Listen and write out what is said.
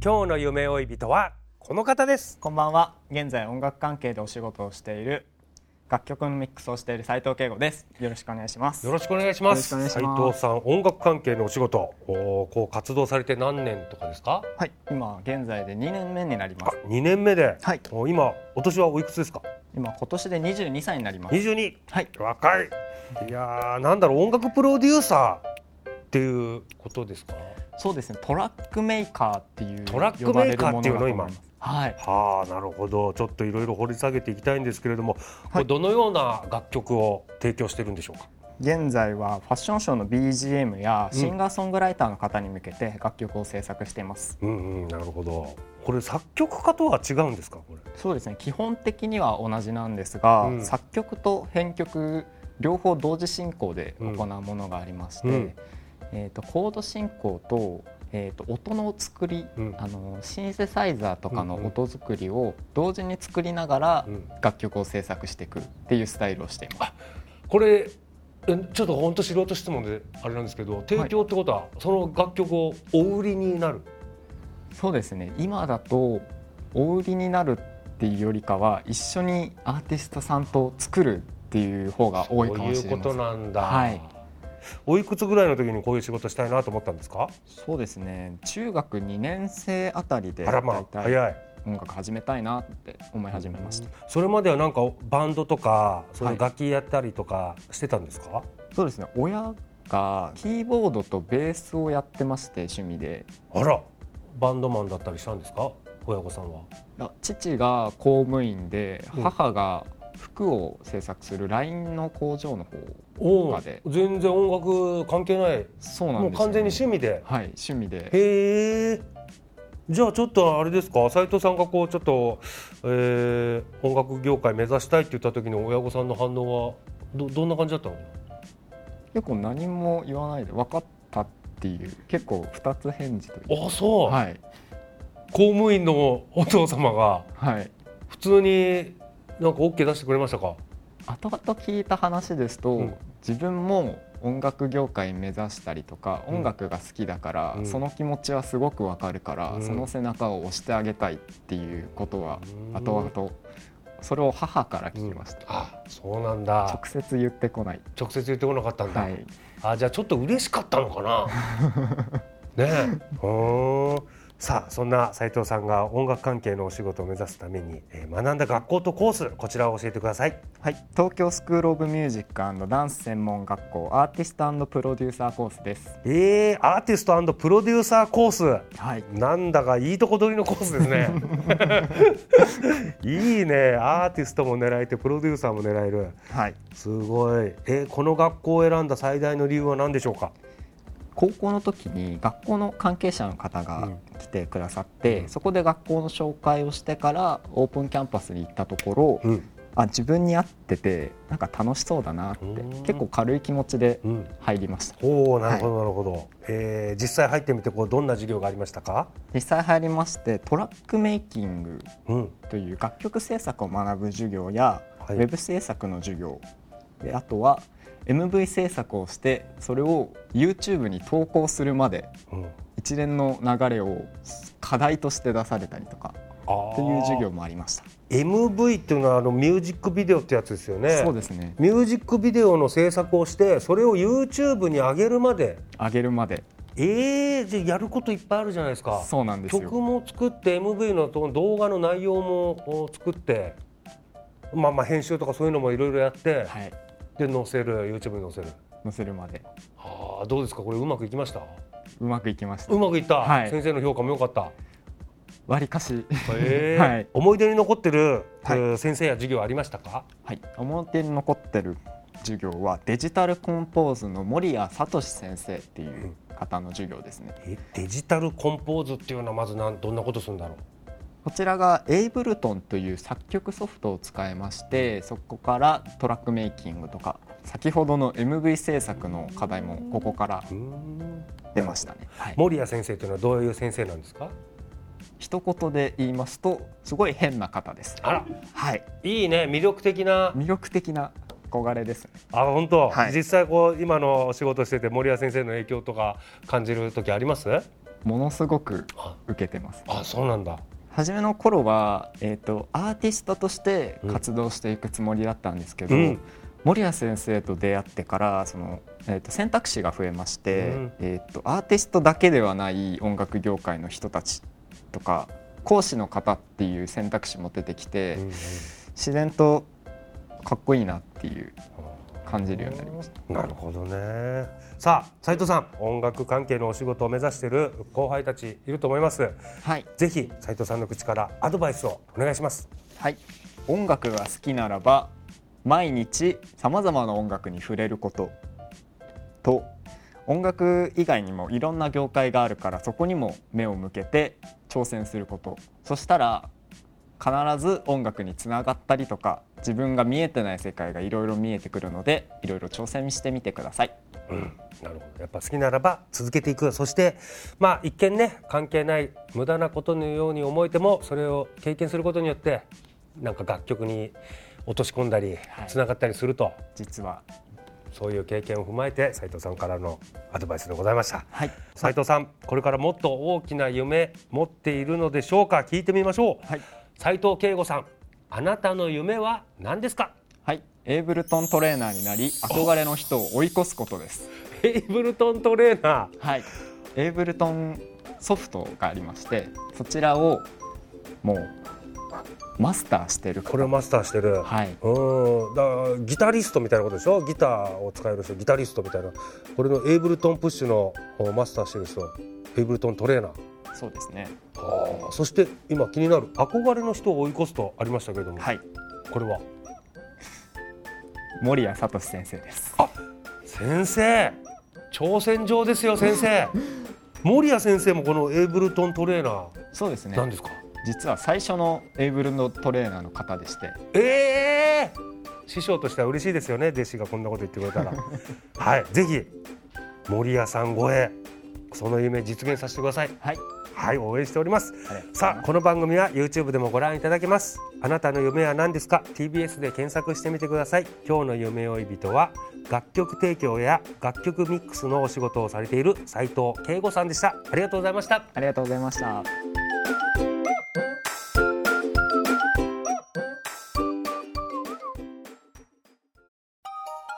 今日の夢追い人はこの方ですこんばんは。現在音楽関係でお仕事をしている楽曲のミックスをしている斉藤慶吾です。よろしくお願いします。よろしくお願いしますよろしくお願いします斉藤さん音楽関係のお仕事おーこう活動されて何年とかですかはい。今現在で2年目になりまあす。 2年目で、はいおー今お年はおいくつですか今今年で22歳になります。 22はい。若いいやーなんだろう音楽プロデューサーっていうことですかそうですね。トラックメーカーっていうトラックメーカーっていうの呼ばれるもだと思ます。はい。はあなるほどちょっといろいろ掘り下げていきたいんですけれども、こはれいどのような楽曲を提供してるんでしょうか現在はファッションショーの BGM やシンガーソングライターの方に向けて楽曲を制作しています。うんうんなるほどこれ作曲家とは違うんですかこれそうですね。基本的には同じなんですが、うん作曲と編曲両方同時進行で行うものがありまして、うんえー、とコード進行と,、えー、と音の作り、うんあのシンセサイザーとかのうんうん音作りを同時に作りながらうん楽曲を制作していくっていうスタイルをしています。これえちょっと本当素人質問であれなんですけど提供ってことは、その楽曲をお売りになるそうですね今だとお売りになるっていうよりかは一緒にアーティストさんと作るっていう方が多いかもしれまこういうことせん。なんだ、はいおいくつぐらいの時にこういう仕事したいなと思ったんですかそうですね中学2年生あたりであらま大あ体早い音楽始めたいなって思い始めました。それまではなんかバンドとかそういうは楽器やったりとかしてたんですか、そうですね親がキーボードとベースをやってまして趣味であらバンドマンだったりしたんですか親御さんはあ父が公務員でうん母が服を制作する LINE の工場の方おとおかで全然音楽関係ないそうなんもうですよ完全に趣味味ではい趣味でへえじゃあちょっとあれですか斉藤さんがこうちょっと、えー音楽業界目指したいって言った時の親御さんの反応はどどんな感じだったの結構何も言わないで分かったっていう結構2つ返事というあそう、はい公務員のお父様がはい普通になんか OK 出してくれましたか後々聞いた話ですと、うん自分も音楽業界目指したりとか、うん音楽が好きだから、うんその気持ちはすごくわかるから、うんその背中を押してあげたいっていうことはうん後々それを母から聞きました、あそうなんだ直接言ってこない、直接言ってこなかったんだ、はい、あじゃあちょっと嬉しかったのかなねえうんさあそんな斉藤さんが音楽関係のお仕事を目指すために、えー学んだ学校とコースこちらを教えてくださいはい、東京スクール・オブ・ミュージックダンス専門学校アーティストプロデューサーコースですえー、アーティストプロデューサーコースはいなんだかいいとこ取りのコースですねいいねアーティストも狙えてプロデューサーも狙えるはいすごい、えーこの学校を選んだ最大の理由は何でしょうか高校の時に学校の関係者の方が来てくださって、うんそこで学校の紹介をしてからオープンキャンパスに行ったところ、うんあ自分に合っててなんか楽しそうだなってうん結構軽い気持ちでうん入りましたおおなるほどなるほど、えー実際入ってみてこうどんな授業がありましたか実際入りましてトラックメイキングうんという楽曲制作を学ぶ授業や、はいウェブ制作の授業であとは MV 制作をしてそれを YouTube に投稿するまでうん一連の流れを課題として出されたりとかあっていう授業もありました。 MV っていうのはあのミュージックビデオってやつですよねそうですね。ミュージックビデオの制作をしてそれを YouTube に上げるまで上げるまで。ええじゃあやることいっぱいあるじゃないですかそうなんです曲よも作って MV のと動画の内容もお作ってまあまあ編集とかそういうのもいろいろやって、はいで載せる YouTube に載せる載せるまでああどうですかこれうまくいきましたうまくいきましたうまくいった、はい先生の評価も良かった、わりかしええはい思い出に残ってる、はいえー先生や授業ありましたかはい表に残ってる授業はデジタルコンポーズの森谷聡先生っていう方の授業ですねえデジタルコンポーズっていうのはまずなんどんなことするんだろうこちらが Ableton という作曲ソフトを使いましてそこからトラックメイキングとか先ほどの MV 制作の課題もここからうーん出ましたね、はい、森谷先生というのはどういう先生なんですか一言で言いますとすごい変な方ですあらはいいいね魅力的な魅力的な憧れですねあ本当、はい実際こう今のお仕事してて森谷先生の影響とか感じる時ありますものすごく受けてますあそうなんだ初めの頃は、えー、とアーティストとして活動していくつもりだったんですけど、うん森谷先生と出会ってからその、えー、と選択肢が増えまして、うんえー、とアーティストだけではない音楽業界の人たちとか講師の方っていう選択肢も出てきて、うんうん自然とかっこいいなっていう感じるようになりました。なるほどねさあ斉藤さん音楽関係のお仕事を目指している後輩たちいると思いますはいぜひ斉藤さんの口からアドバイスをお願いしますはい、音楽が好きならば毎日さまざまな音楽に触れることと音楽以外にもいろんな業界があるからそこにも目を向けて挑戦することそしたら必ず音楽につながったりとか自分が見えてない世界がいろいろ見えてくるのでいろいろ挑戦してみてください。なるほどやっぱ好きならば続けていくそしてまあ一見ね関係ない無駄なことのように思えてもそれを経験することによってなんか楽曲に落とし込んだりはいつながったりすると、実はそういう経験を踏まえて斉藤さんからのアドバイスでございましたはい、斉藤さんこれからもっと大きな夢持っているのでしょうか聞いてみましょう、はい斉藤慶吾さんあなたの夢は何ですかはい、エイブルトントレーナーになり憧れの人を追い越すことです。ヘイブルトントレーナはい、エイブルトンソフトがありましてそちらをもうマスターしてるーこれをマスターしてるはい、うんだからギタリストみたいなことでしょギターを使える人ギタリストみたいなこれのエイブルトンプッシュのおマスターしてる人エイブルトントレーナーそうですねあーそして今気になる憧れの人を追い越すとありましたけれども、はいこれは森谷聡先生です先生挑戦状ですよ先 生森谷先生もこのエイブルトントレーナーそうですねなんですか、実は最初のエイブルのトレーナーの方でしてええ師匠としては嬉しいですよね弟子がこんなこと言ってくれた らはいぜひ森谷さん超えその夢実現させてくださいはいはい応援しておりますありがとうございますさあこの番組は YouTube でもご覧いただけますあなたの夢は何ですか TBS で検索してみてください今日の夢追い人は楽曲提供や楽曲ミックスのお仕事をされている斉藤慶吾さんでしたありがとうございましたありがとうございました